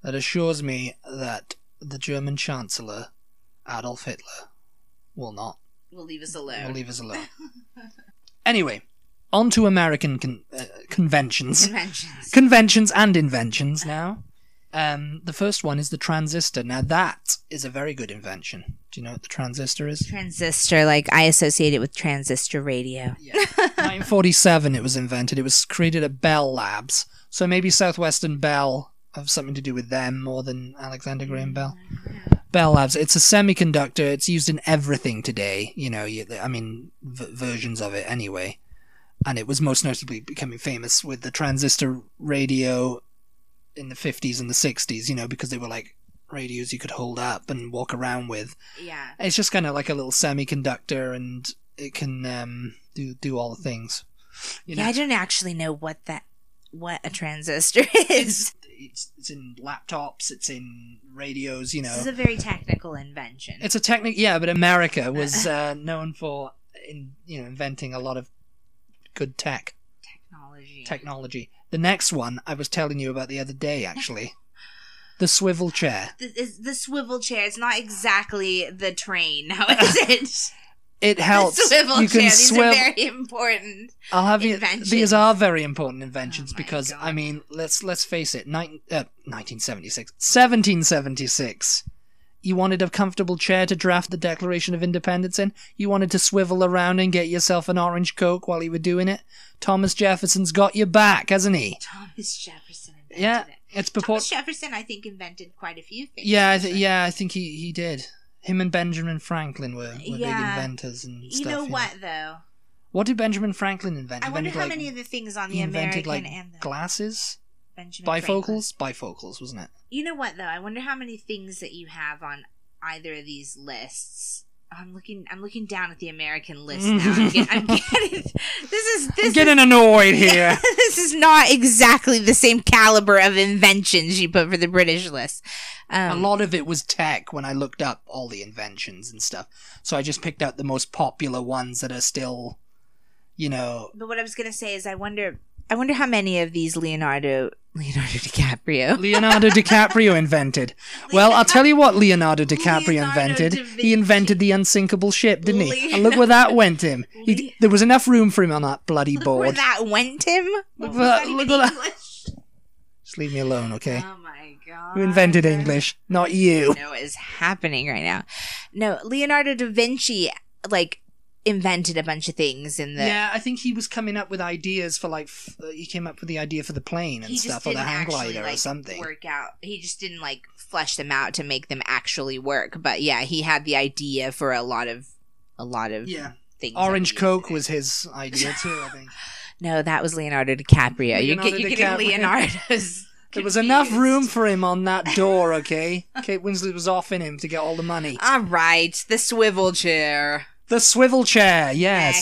[SPEAKER 1] that assures me that the German Chancellor, Adolf Hitler, will not
[SPEAKER 3] We'll leave us alone.
[SPEAKER 1] We'll leave us alone. anyway, on to American con- uh, conventions.
[SPEAKER 3] Conventions.
[SPEAKER 1] conventions and inventions now. Um, the first one is the transistor. Now, that is a very good invention. Do you know what the transistor is?
[SPEAKER 2] Transistor, like I associate it with transistor radio.
[SPEAKER 1] Yeah. 1947 it was invented. It was created at Bell Labs. So maybe Southwestern Bell have something to do with them more than Alexander Graham Bell. Bell Labs. It's a semiconductor. It's used in everything today. You know, you, I mean, v- versions of it anyway. And it was most notably becoming famous with the transistor radio in the 50s and the 60s, you know, because they were like radios you could hold up and walk around with.
[SPEAKER 3] yeah.
[SPEAKER 1] It's just kind of like a little semiconductor and it can um, do, do all the things. You know,
[SPEAKER 2] Yeah, I don't actually know what that what a transistor is.
[SPEAKER 1] it's, it's in laptops, it's in radios, you know.
[SPEAKER 2] This is a very technical invention.
[SPEAKER 1] It's a technic, yeah, but America was uh, known for in, you know inventing a lot of good tech
[SPEAKER 2] technology.
[SPEAKER 1] technology. The next one I was telling you about the other day, actually. The swivel chair.
[SPEAKER 3] The, is- the swivel chair. It's not exactly the train, now is it?
[SPEAKER 1] It helps.
[SPEAKER 3] The swivel
[SPEAKER 1] you
[SPEAKER 3] chair.
[SPEAKER 1] can
[SPEAKER 3] These
[SPEAKER 1] swivel.
[SPEAKER 3] are very important.
[SPEAKER 1] I'll have you.
[SPEAKER 3] inventions.
[SPEAKER 1] These are very important inventions
[SPEAKER 3] Oh my
[SPEAKER 1] because
[SPEAKER 3] God.
[SPEAKER 1] I mean, let's let's face it. Nine, uh, 1976, 1776. You wanted a comfortable chair to draft the Declaration of Independence in. You wanted to swivel around and get yourself an orange coke while you were doing it. Thomas Jefferson's got your back, hasn't he?
[SPEAKER 3] Thomas Jefferson invented
[SPEAKER 1] Yeah,
[SPEAKER 3] it.
[SPEAKER 1] it's
[SPEAKER 3] Thomas
[SPEAKER 1] purport.
[SPEAKER 3] Jefferson, I think, invented quite a few things.
[SPEAKER 1] Yeah, I th-
[SPEAKER 3] actually.
[SPEAKER 1] yeah, I think he, he did. Him and Benjamin Franklin were, were big
[SPEAKER 3] Yeah.
[SPEAKER 1] inventors and
[SPEAKER 3] You
[SPEAKER 1] stuff.
[SPEAKER 3] know
[SPEAKER 1] yeah.
[SPEAKER 3] what though?
[SPEAKER 1] What did Benjamin Franklin invent?
[SPEAKER 3] I
[SPEAKER 1] He
[SPEAKER 3] wonder
[SPEAKER 1] invented,
[SPEAKER 3] how
[SPEAKER 1] like,
[SPEAKER 3] many of the things on
[SPEAKER 1] he
[SPEAKER 3] the American
[SPEAKER 1] invented like
[SPEAKER 3] and the
[SPEAKER 1] glasses,
[SPEAKER 3] Benjamin Franklin.
[SPEAKER 1] bifocals, bifocals, wasn't it?
[SPEAKER 3] You know what though? I wonder how many things that you have on either of these lists. I'm looking. I'm looking down at the American list now. I'm, get, I'm getting. This is this.
[SPEAKER 1] I'm
[SPEAKER 3] is-
[SPEAKER 1] getting annoyed here.
[SPEAKER 2] this is not exactly the same caliber of inventions you put for the British list.
[SPEAKER 1] A
[SPEAKER 2] Um,
[SPEAKER 1] lot of it was tech when I looked up all the inventions and stuff. So I just picked out the most popular ones that are still, you know,
[SPEAKER 3] But what I was gonna say is, I wonder.
[SPEAKER 2] I wonder how many of these Leonardo Leonardo DiCaprio.
[SPEAKER 1] Leonardo DiCaprio invented. Well, I'll tell you what Leonardo DiCaprio
[SPEAKER 3] Leonardo
[SPEAKER 1] invented.
[SPEAKER 3] da
[SPEAKER 1] He invented the unsinkable ship, didn't he? And look where that went him. He,
[SPEAKER 3] Le-
[SPEAKER 1] there was enough room for him on that bloody
[SPEAKER 2] Look where
[SPEAKER 1] board.
[SPEAKER 2] that went him.
[SPEAKER 1] Look
[SPEAKER 3] What
[SPEAKER 1] at
[SPEAKER 3] was
[SPEAKER 1] that-
[SPEAKER 3] that even
[SPEAKER 1] look at that.
[SPEAKER 3] English?
[SPEAKER 1] Just leave me alone, okay?
[SPEAKER 3] Oh my
[SPEAKER 2] Ah,
[SPEAKER 3] god!
[SPEAKER 1] Who invented English? Not you.
[SPEAKER 2] know is happening right now. No, Leonardo da Vinci like invented a bunch of things in the
[SPEAKER 1] Yeah, I think he was coming up with ideas for like f- uh, he came up with the idea for the plane and
[SPEAKER 3] He just
[SPEAKER 1] stuff or
[SPEAKER 3] didn't
[SPEAKER 1] the hang
[SPEAKER 3] actually
[SPEAKER 1] glider or
[SPEAKER 3] like
[SPEAKER 1] something.
[SPEAKER 3] work out.
[SPEAKER 2] he just didn't like flesh them out to make them actually work. But yeah, he had the idea for a lot of a lot of
[SPEAKER 1] Yeah,
[SPEAKER 2] things. that
[SPEAKER 1] orange
[SPEAKER 2] he
[SPEAKER 1] coke
[SPEAKER 2] invented.
[SPEAKER 1] was his idea too. I think
[SPEAKER 2] No, that was Leonardo DiCaprio. you get
[SPEAKER 1] Leonardo
[SPEAKER 2] you getting
[SPEAKER 1] DiCaprio.
[SPEAKER 2] Leonardo's
[SPEAKER 1] there was enough
[SPEAKER 2] confused.
[SPEAKER 1] room for him on that door. Okay, Kate Winslet was off in him to get all the money.
[SPEAKER 2] All right, the swivel chair.
[SPEAKER 1] The swivel chair, yes.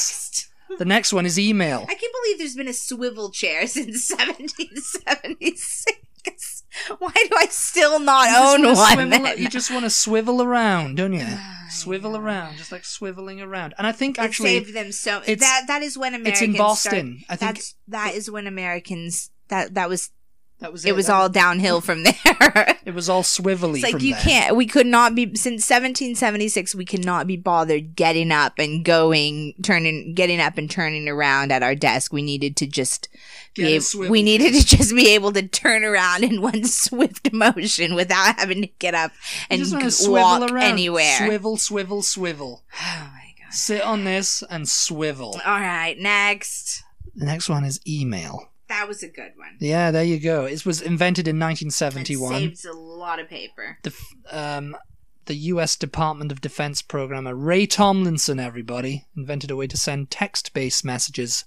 [SPEAKER 3] Next.
[SPEAKER 1] The next one is email.
[SPEAKER 3] I can't believe there's been a swivel chair since 1776.
[SPEAKER 2] Why do I still not
[SPEAKER 1] You just
[SPEAKER 2] own
[SPEAKER 1] wanna
[SPEAKER 2] one?
[SPEAKER 1] swivel-
[SPEAKER 2] then? Ah,
[SPEAKER 1] you just want to swivel around, don't you? Swivel
[SPEAKER 3] know.
[SPEAKER 1] around, just like swiveling around. And I think
[SPEAKER 3] It
[SPEAKER 1] actually
[SPEAKER 3] saved them so.
[SPEAKER 1] it's-
[SPEAKER 3] That that is when Americans.
[SPEAKER 1] it's in
[SPEAKER 3] Start,
[SPEAKER 1] Boston. I think
[SPEAKER 2] That's that is when Americans that that was
[SPEAKER 1] that was it.
[SPEAKER 2] it was
[SPEAKER 1] That-
[SPEAKER 2] all downhill from there.
[SPEAKER 1] It was all swivelly.
[SPEAKER 2] It's like
[SPEAKER 1] from
[SPEAKER 2] you
[SPEAKER 1] there.
[SPEAKER 2] can't. We could not be since 1776. We could not be bothered getting up and going, turning, getting up and turning around at our desk. We needed to just
[SPEAKER 1] Get a
[SPEAKER 2] be. Able,
[SPEAKER 1] swivel
[SPEAKER 2] we needed
[SPEAKER 1] chair.
[SPEAKER 2] to just be able to turn around in one swift motion without having to get up and
[SPEAKER 1] you just
[SPEAKER 2] g-
[SPEAKER 1] want to swivel
[SPEAKER 2] walk
[SPEAKER 1] around.
[SPEAKER 2] anywhere.
[SPEAKER 1] Swivel, swivel, swivel.
[SPEAKER 2] Oh my god!
[SPEAKER 1] Sit on this and swivel.
[SPEAKER 2] All right, next.
[SPEAKER 1] The next one is email.
[SPEAKER 3] That was a good one.
[SPEAKER 1] Yeah, there you go. It was invented in
[SPEAKER 3] It
[SPEAKER 1] 1971.
[SPEAKER 3] saves a lot of paper.
[SPEAKER 1] The, f- um, the U.S. Department of Defense programmer Ray Tomlinson, everybody, invented a way to send text-based messages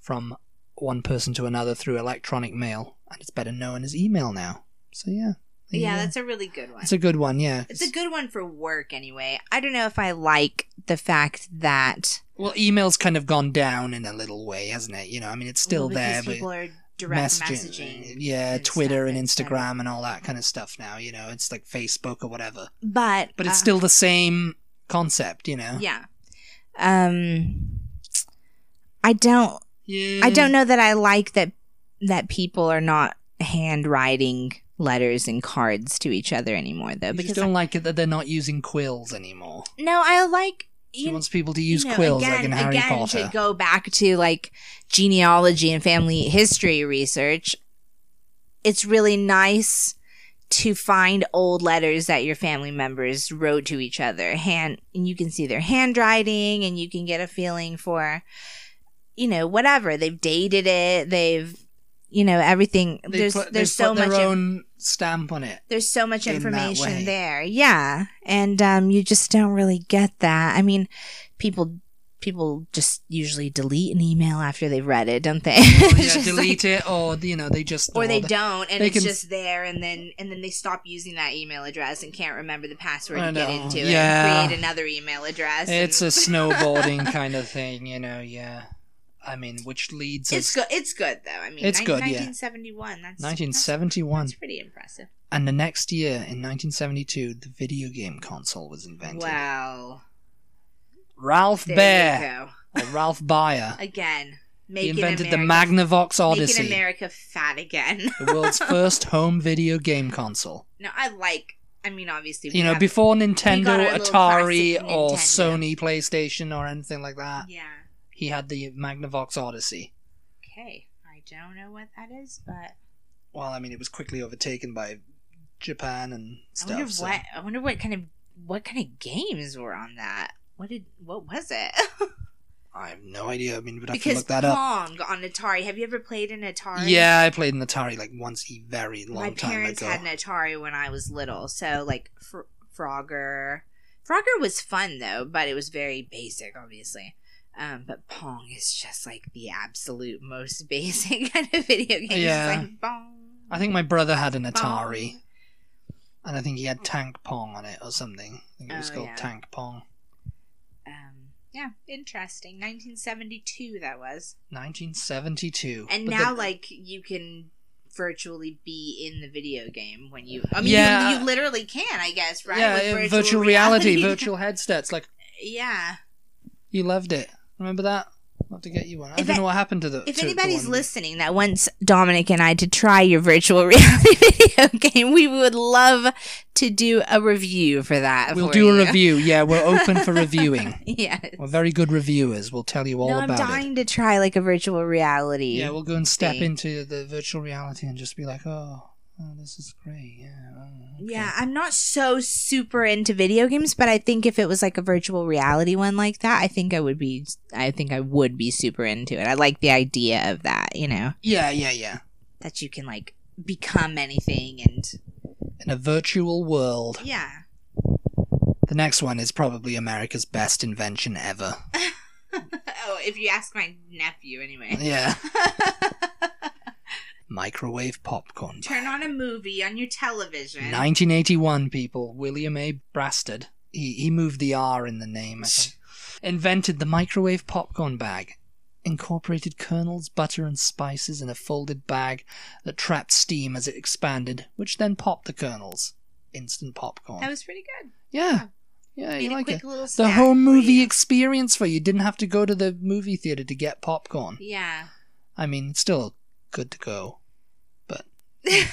[SPEAKER 1] from one person to another through electronic mail, and it's better known as email now. So yeah, there you
[SPEAKER 3] Yeah,
[SPEAKER 1] go.
[SPEAKER 3] that's a really good one.
[SPEAKER 1] it's a good one. Yeah,
[SPEAKER 3] It's a good one for work anyway.
[SPEAKER 2] I don't know if I like the fact that
[SPEAKER 1] Well, email's kind of gone down in a little way, hasn't it? You know, I mean, it's still
[SPEAKER 3] Well,
[SPEAKER 1] there,
[SPEAKER 3] because
[SPEAKER 1] but
[SPEAKER 3] people are direct messaging.
[SPEAKER 1] yeah,
[SPEAKER 3] and
[SPEAKER 1] Twitter
[SPEAKER 3] stuff
[SPEAKER 1] and
[SPEAKER 3] instead of-
[SPEAKER 1] Instagram and all that kind of stuff. Now, you know, it's like Facebook or whatever,
[SPEAKER 2] but
[SPEAKER 1] but it's
[SPEAKER 2] uh,
[SPEAKER 1] still the same concept, you know.
[SPEAKER 3] Yeah,
[SPEAKER 2] um I don't
[SPEAKER 1] Yeah,
[SPEAKER 2] I don't know that I like that that people are not handwriting letters and cards to each other anymore though
[SPEAKER 1] You just
[SPEAKER 2] because
[SPEAKER 1] don't like it that they're not using quills anymore.
[SPEAKER 2] no I like
[SPEAKER 1] She
[SPEAKER 2] you
[SPEAKER 1] wants people to use
[SPEAKER 2] you know,
[SPEAKER 1] quills
[SPEAKER 2] again,
[SPEAKER 1] like in Harry
[SPEAKER 2] again,
[SPEAKER 1] Potter.
[SPEAKER 2] to go back to like genealogy and family history research it's really nice to find old letters that your family members wrote to each other hand and you can see their handwriting and you can get a feeling for you know whatever they've dated it they've you know everything
[SPEAKER 1] They
[SPEAKER 2] there's
[SPEAKER 1] put- they
[SPEAKER 2] there's
[SPEAKER 1] put
[SPEAKER 2] so
[SPEAKER 1] their
[SPEAKER 2] much in-
[SPEAKER 1] own stamp on it.
[SPEAKER 2] there's so much
[SPEAKER 1] in that way.
[SPEAKER 2] information there yeah and um you just don't really get that i mean people people just usually delete an email after they've read it don't they
[SPEAKER 1] Or,
[SPEAKER 2] It's
[SPEAKER 1] Oh, yeah,
[SPEAKER 2] just
[SPEAKER 1] delete it, or you know, they just
[SPEAKER 3] or they don't, and
[SPEAKER 1] they
[SPEAKER 3] it's
[SPEAKER 1] can-
[SPEAKER 3] just there, and then and then they stop using that email address and can't remember the password
[SPEAKER 1] I
[SPEAKER 3] to get
[SPEAKER 1] know,
[SPEAKER 3] into it,
[SPEAKER 1] yeah.
[SPEAKER 3] and create another email address.
[SPEAKER 1] It's a
[SPEAKER 3] and-
[SPEAKER 1] snowboarding kind of thing, you know. Yeah, I mean, which leads us
[SPEAKER 3] It's good. It's good though. I mean,
[SPEAKER 1] It's good, yeah.
[SPEAKER 3] 1971. That's
[SPEAKER 1] 1971.
[SPEAKER 3] That's, that's pretty impressive.
[SPEAKER 1] And the next year, in 1972, the video game console was invented.
[SPEAKER 3] Wow.
[SPEAKER 1] Ralph
[SPEAKER 3] There you
[SPEAKER 1] Baer,
[SPEAKER 3] go.
[SPEAKER 1] or Ralph Bayer,
[SPEAKER 3] Again,
[SPEAKER 1] He
[SPEAKER 3] Make it
[SPEAKER 1] invented the
[SPEAKER 3] America-
[SPEAKER 1] Magnavox
[SPEAKER 3] Make
[SPEAKER 1] Odyssey,
[SPEAKER 3] it America fat again.
[SPEAKER 1] the world's first home video game console.
[SPEAKER 3] No, I like. I mean, obviously, we
[SPEAKER 1] You know,
[SPEAKER 3] have-
[SPEAKER 1] before
[SPEAKER 3] got
[SPEAKER 1] Nintendo,
[SPEAKER 3] our little
[SPEAKER 1] Atari,
[SPEAKER 3] classic
[SPEAKER 1] or Sony
[SPEAKER 3] Nintendo.
[SPEAKER 1] PlayStation, or anything like that,
[SPEAKER 3] Yeah.
[SPEAKER 1] he had the Magnavox Odyssey.
[SPEAKER 3] Okay. I don't know what that is, but
[SPEAKER 1] Well, I mean, it was quickly overtaken by Japan and
[SPEAKER 3] I
[SPEAKER 1] stuff.
[SPEAKER 3] wonder
[SPEAKER 1] so-
[SPEAKER 3] what. I wonder what kind of what kind of games were on that. What did what was it?
[SPEAKER 1] I have no idea. I mean, we'd have to
[SPEAKER 3] because
[SPEAKER 1] look that up.
[SPEAKER 3] Pong on Atari. Have you ever played an Atari?
[SPEAKER 1] Yeah, I played an Atari like once a very long
[SPEAKER 3] My
[SPEAKER 1] time
[SPEAKER 3] parents
[SPEAKER 1] ago.
[SPEAKER 3] had an Atari when I was little, so like fr- Frogger. Frogger was fun though, but it was very basic, obviously. Um, but Pong is just like the absolute most basic kind of video game. It's
[SPEAKER 1] Yeah.
[SPEAKER 3] like, bong,
[SPEAKER 1] I think my brother had an
[SPEAKER 3] bong.
[SPEAKER 1] Atari, and I think he had Tank Pong on it or something. I think it was
[SPEAKER 3] Oh,
[SPEAKER 1] called
[SPEAKER 3] yeah.
[SPEAKER 1] Tank Pong.
[SPEAKER 3] Um, yeah, interesting. 1972 that was,
[SPEAKER 1] 1972.
[SPEAKER 3] and
[SPEAKER 1] But
[SPEAKER 3] now
[SPEAKER 1] the-
[SPEAKER 3] like you can virtually be in the video game when you. I mean,
[SPEAKER 1] Yeah.
[SPEAKER 3] you, you literally can, I guess, right?
[SPEAKER 1] yeah,
[SPEAKER 3] With
[SPEAKER 1] yeah, virtual, reality, virtual headsets. Like
[SPEAKER 3] yeah.
[SPEAKER 1] you loved it. Remember that? I'll have to get you one. I
[SPEAKER 3] If
[SPEAKER 1] don't
[SPEAKER 3] I-
[SPEAKER 1] know what happened to the.
[SPEAKER 3] If
[SPEAKER 1] to- to
[SPEAKER 3] anybody's
[SPEAKER 1] one.
[SPEAKER 3] listening that wants Dominic and I to try your virtual reality video game, we would love to do a review for that.
[SPEAKER 1] we'll
[SPEAKER 3] for
[SPEAKER 1] do
[SPEAKER 3] you.
[SPEAKER 1] a review. Yeah, we're open for reviewing.
[SPEAKER 3] yes.
[SPEAKER 1] We're very good reviewers. We'll tell you all
[SPEAKER 3] no, I'm
[SPEAKER 1] about it.
[SPEAKER 2] dying
[SPEAKER 3] dying to try like a virtual reality.
[SPEAKER 1] Yeah, we'll go and step
[SPEAKER 2] thing.
[SPEAKER 1] into the virtual reality and just be like, oh, oh this is great. Yeah. oh, okay."
[SPEAKER 3] Yeah,
[SPEAKER 2] I'm not so super into video games, but I think if it was like a virtual reality one like that, I think I would be I think I would be super into it. I like the idea of that, you know,
[SPEAKER 1] Yeah, yeah, yeah.
[SPEAKER 2] that you can like
[SPEAKER 3] become anything and
[SPEAKER 1] In a virtual world.
[SPEAKER 3] yeah.
[SPEAKER 1] The next one is probably America's best invention ever.
[SPEAKER 3] oh, if you ask my nephew, anyway.
[SPEAKER 1] Yeah. Microwave popcorn.
[SPEAKER 3] Turn on a movie on your television.
[SPEAKER 1] 1981, people. William A. Brastad. He, he moved the R in the name, I think. Invented the microwave popcorn bag. Incorporated kernels, butter, and spices in a folded bag that trapped steam as it expanded, which then popped the kernels. Instant popcorn.
[SPEAKER 3] That was pretty good.
[SPEAKER 1] yeah. Yeah,
[SPEAKER 3] Made
[SPEAKER 1] you
[SPEAKER 3] a
[SPEAKER 1] like
[SPEAKER 3] quick
[SPEAKER 1] it.
[SPEAKER 3] little
[SPEAKER 1] The
[SPEAKER 3] snack
[SPEAKER 1] home
[SPEAKER 3] for
[SPEAKER 1] movie
[SPEAKER 3] you.
[SPEAKER 1] experience for you. You didn't have to go to the movie theater to get popcorn.
[SPEAKER 3] yeah.
[SPEAKER 1] I mean, it's still good to go, but you can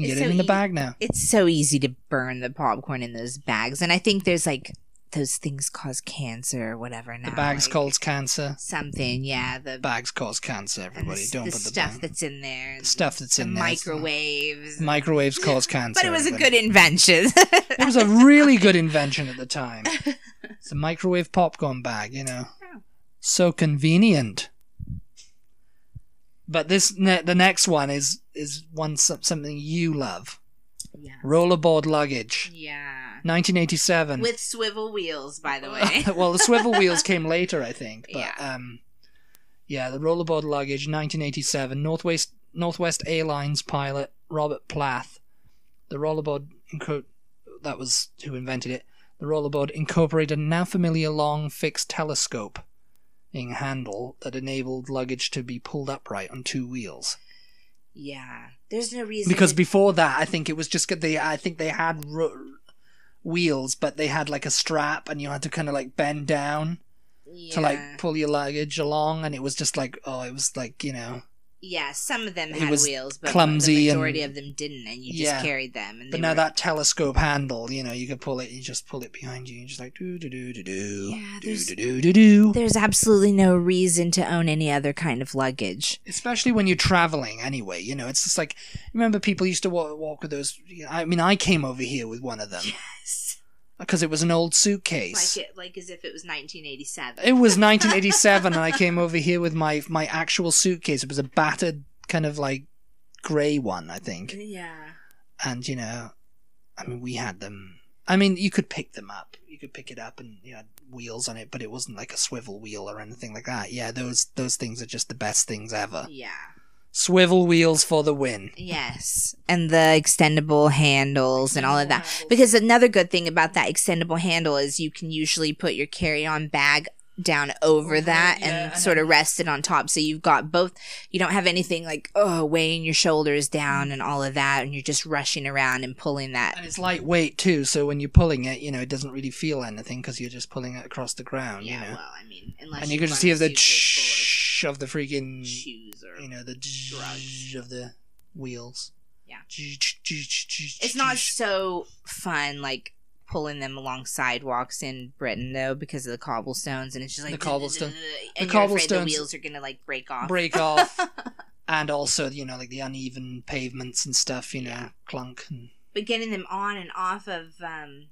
[SPEAKER 3] It's
[SPEAKER 1] get
[SPEAKER 3] so
[SPEAKER 1] it in the
[SPEAKER 3] easy.
[SPEAKER 1] bag now.
[SPEAKER 2] it's so easy to burn the popcorn in those bags. And I think there's like those things cause cancer or whatever now.
[SPEAKER 1] The bags
[SPEAKER 2] like,
[SPEAKER 1] cause cancer.
[SPEAKER 2] something, yeah. The
[SPEAKER 1] Bags cause cancer.
[SPEAKER 2] and the
[SPEAKER 1] Everybody,
[SPEAKER 2] s-
[SPEAKER 1] don't
[SPEAKER 2] the
[SPEAKER 1] put the
[SPEAKER 2] stuff
[SPEAKER 1] bag-
[SPEAKER 2] that's in there.
[SPEAKER 1] the stuff that's
[SPEAKER 2] the
[SPEAKER 1] in there. It's-
[SPEAKER 2] microwaves.
[SPEAKER 1] Microwaves cause cancer.
[SPEAKER 2] but it was a
[SPEAKER 1] everybody.
[SPEAKER 2] good invention.
[SPEAKER 1] It was a really good invention at the time. It's a microwave popcorn bag, you know.
[SPEAKER 3] Oh.
[SPEAKER 1] So convenient. But this ne- the next one is is one some- something you love.
[SPEAKER 3] Yeah.
[SPEAKER 1] Rollerboard luggage.
[SPEAKER 3] Yeah.
[SPEAKER 1] 1987.
[SPEAKER 3] With swivel wheels, by the way.
[SPEAKER 1] well, the swivel wheels came later, I think. But
[SPEAKER 3] Yeah.
[SPEAKER 1] um, yeah, the rollerboard luggage, 1987. Northwest Northwest Airlines pilot Robert Plath. The rollerboard inco- that was who invented it. The rollerboard incorporated a now familiar long fixed telescope in handle that enabled luggage to be pulled upright on two wheels.
[SPEAKER 3] yeah. There's no reason.
[SPEAKER 1] Because
[SPEAKER 3] to-
[SPEAKER 1] before that, I think it was just good. They, I think they had ro- wheels, but they had like a strap, and you had to kind of like bend down
[SPEAKER 3] yeah.
[SPEAKER 1] to like pull your luggage along and it was just like oh it was like you know
[SPEAKER 3] yeah, some of them
[SPEAKER 1] it
[SPEAKER 3] had
[SPEAKER 1] was
[SPEAKER 3] wheels, but
[SPEAKER 1] clumsy
[SPEAKER 3] the
[SPEAKER 1] and-
[SPEAKER 3] majority of them didn't, and you just
[SPEAKER 1] Yeah.
[SPEAKER 3] carried them. And
[SPEAKER 1] but
[SPEAKER 3] they
[SPEAKER 1] now
[SPEAKER 3] were-
[SPEAKER 1] that telescope handle you know you could pull it you just pull it behind you and just like do do do do do
[SPEAKER 2] Yeah,
[SPEAKER 1] do
[SPEAKER 2] there's-
[SPEAKER 1] do do do do
[SPEAKER 2] There's absolutely no reason to own any other kind of luggage.
[SPEAKER 1] especially when you're traveling anyway you know it's just like remember people used to walk, walk with those you know, i mean i came over here with one of them
[SPEAKER 3] yes,
[SPEAKER 1] because it was an old suitcase
[SPEAKER 3] like it, like as if it was 1987.
[SPEAKER 1] It was 1987, and I came over here with my my actual suitcase. It was a battered kind of like grey one, I think.
[SPEAKER 3] yeah,
[SPEAKER 1] and you know, I mean, we had them. I mean, you could pick them up. You could pick it up, and you had wheels on it, but it wasn't like a swivel wheel or anything like that. Yeah, those those things are just the best things ever.
[SPEAKER 3] yeah,
[SPEAKER 1] Swivel wheels for the win.
[SPEAKER 3] yes,
[SPEAKER 2] And the extendable handles and all of that. Because another good thing about that extendable handle is you can usually put your carry on bag down over
[SPEAKER 1] Over
[SPEAKER 2] that
[SPEAKER 1] it, yeah,
[SPEAKER 2] and
[SPEAKER 1] and
[SPEAKER 2] sort
[SPEAKER 1] then-
[SPEAKER 2] of rest it on top. So you've got both, you don't have anything like, oh, weighing your shoulders down and all of that. And you're just rushing around and pulling that.
[SPEAKER 1] And it's lightweight too, so when you're pulling it, you know, it doesn't really feel anything because you're just pulling it across the ground,
[SPEAKER 3] yeah,
[SPEAKER 1] you know.
[SPEAKER 3] well, I mean, unless
[SPEAKER 1] and you
[SPEAKER 3] you
[SPEAKER 1] can
[SPEAKER 3] run
[SPEAKER 1] just hear
[SPEAKER 3] a
[SPEAKER 1] the
[SPEAKER 3] suitcase
[SPEAKER 1] shove the freaking
[SPEAKER 2] shoes or
[SPEAKER 1] you know the
[SPEAKER 2] Drugs.
[SPEAKER 1] of the wheels.
[SPEAKER 2] Yeah.
[SPEAKER 1] It's
[SPEAKER 2] It's not so fun like pulling them along sidewalks in Britain though because of the cobblestones and it's just like
[SPEAKER 1] The cobblestone- the
[SPEAKER 2] and you're afraid the
[SPEAKER 1] cobblestones-
[SPEAKER 2] wheels are gonna like break off.
[SPEAKER 1] break off, and also you know like the uneven pavements and stuff. You know,
[SPEAKER 2] Yeah.
[SPEAKER 1] clunk. And,
[SPEAKER 2] But getting them on and off of um,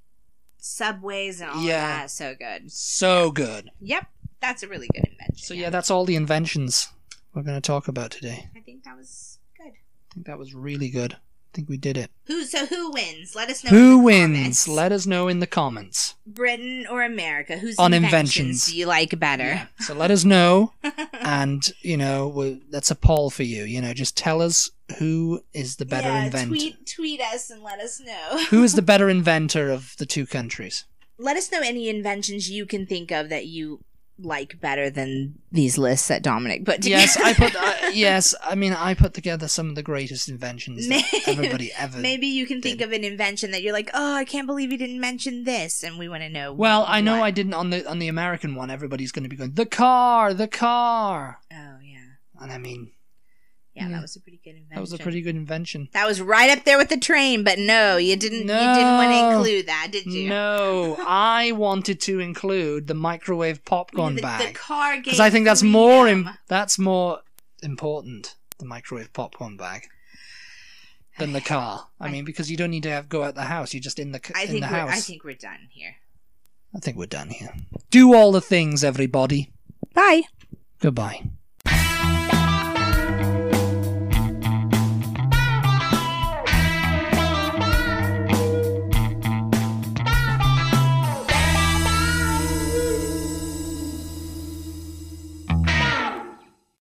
[SPEAKER 2] subways and all
[SPEAKER 1] Yeah.
[SPEAKER 2] that is so good.
[SPEAKER 1] so good.
[SPEAKER 2] Yep, that's a really good invention.
[SPEAKER 1] So yeah, that's all the inventions we're going to talk about today.
[SPEAKER 2] I think that was good.
[SPEAKER 1] I think that was really good. I think we did it.
[SPEAKER 2] Who so who wins? Let us know. in
[SPEAKER 1] Who
[SPEAKER 2] the
[SPEAKER 1] wins?
[SPEAKER 2] comments.
[SPEAKER 1] Let us know in the comments.
[SPEAKER 2] Britain or America? Whose
[SPEAKER 1] On inventions.
[SPEAKER 2] inventions do you like better?
[SPEAKER 1] So let us know, and you know we that's a poll for you. You know, just tell us who is the better
[SPEAKER 2] yeah,
[SPEAKER 1] inventor.
[SPEAKER 2] Tweet tweet us and let us know.
[SPEAKER 1] Who is the better inventor of the two countries?
[SPEAKER 2] let us know any inventions you can think of that you like better than these lists that Dominic put together.
[SPEAKER 1] Yes, I put. Uh, yes, I mean I put together some of the greatest inventions that
[SPEAKER 2] Maybe-
[SPEAKER 1] everybody ever.
[SPEAKER 2] Maybe you can think of an invention that you're like, oh, I can't believe you didn't mention this, and we want to know.
[SPEAKER 1] Well, I know I
[SPEAKER 2] what-
[SPEAKER 1] didn't on the on the American one. Everybody's going to be going the car, the car,
[SPEAKER 2] Oh yeah.
[SPEAKER 1] and I mean
[SPEAKER 2] yeah,
[SPEAKER 1] Yeah.
[SPEAKER 2] that was a pretty good invention.
[SPEAKER 1] that was a pretty good invention.
[SPEAKER 2] That was right up there with the train, but no, you didn't. You didn't want
[SPEAKER 1] No.
[SPEAKER 2] to include that, did you?
[SPEAKER 1] No, I wanted to include the microwave popcorn
[SPEAKER 2] the, The
[SPEAKER 1] bag
[SPEAKER 2] car game.
[SPEAKER 1] because I think that's more im- that's more important. The microwave popcorn bag. Than the car. I
[SPEAKER 2] I-
[SPEAKER 1] mean, because you don't need to have go out the house. You're just in the c-
[SPEAKER 2] I
[SPEAKER 1] in
[SPEAKER 2] think
[SPEAKER 1] the
[SPEAKER 2] we're,
[SPEAKER 1] house.
[SPEAKER 2] I think we're done here.
[SPEAKER 1] I think we're done here. Do all the things, everybody.
[SPEAKER 4] Bye.
[SPEAKER 1] Goodbye.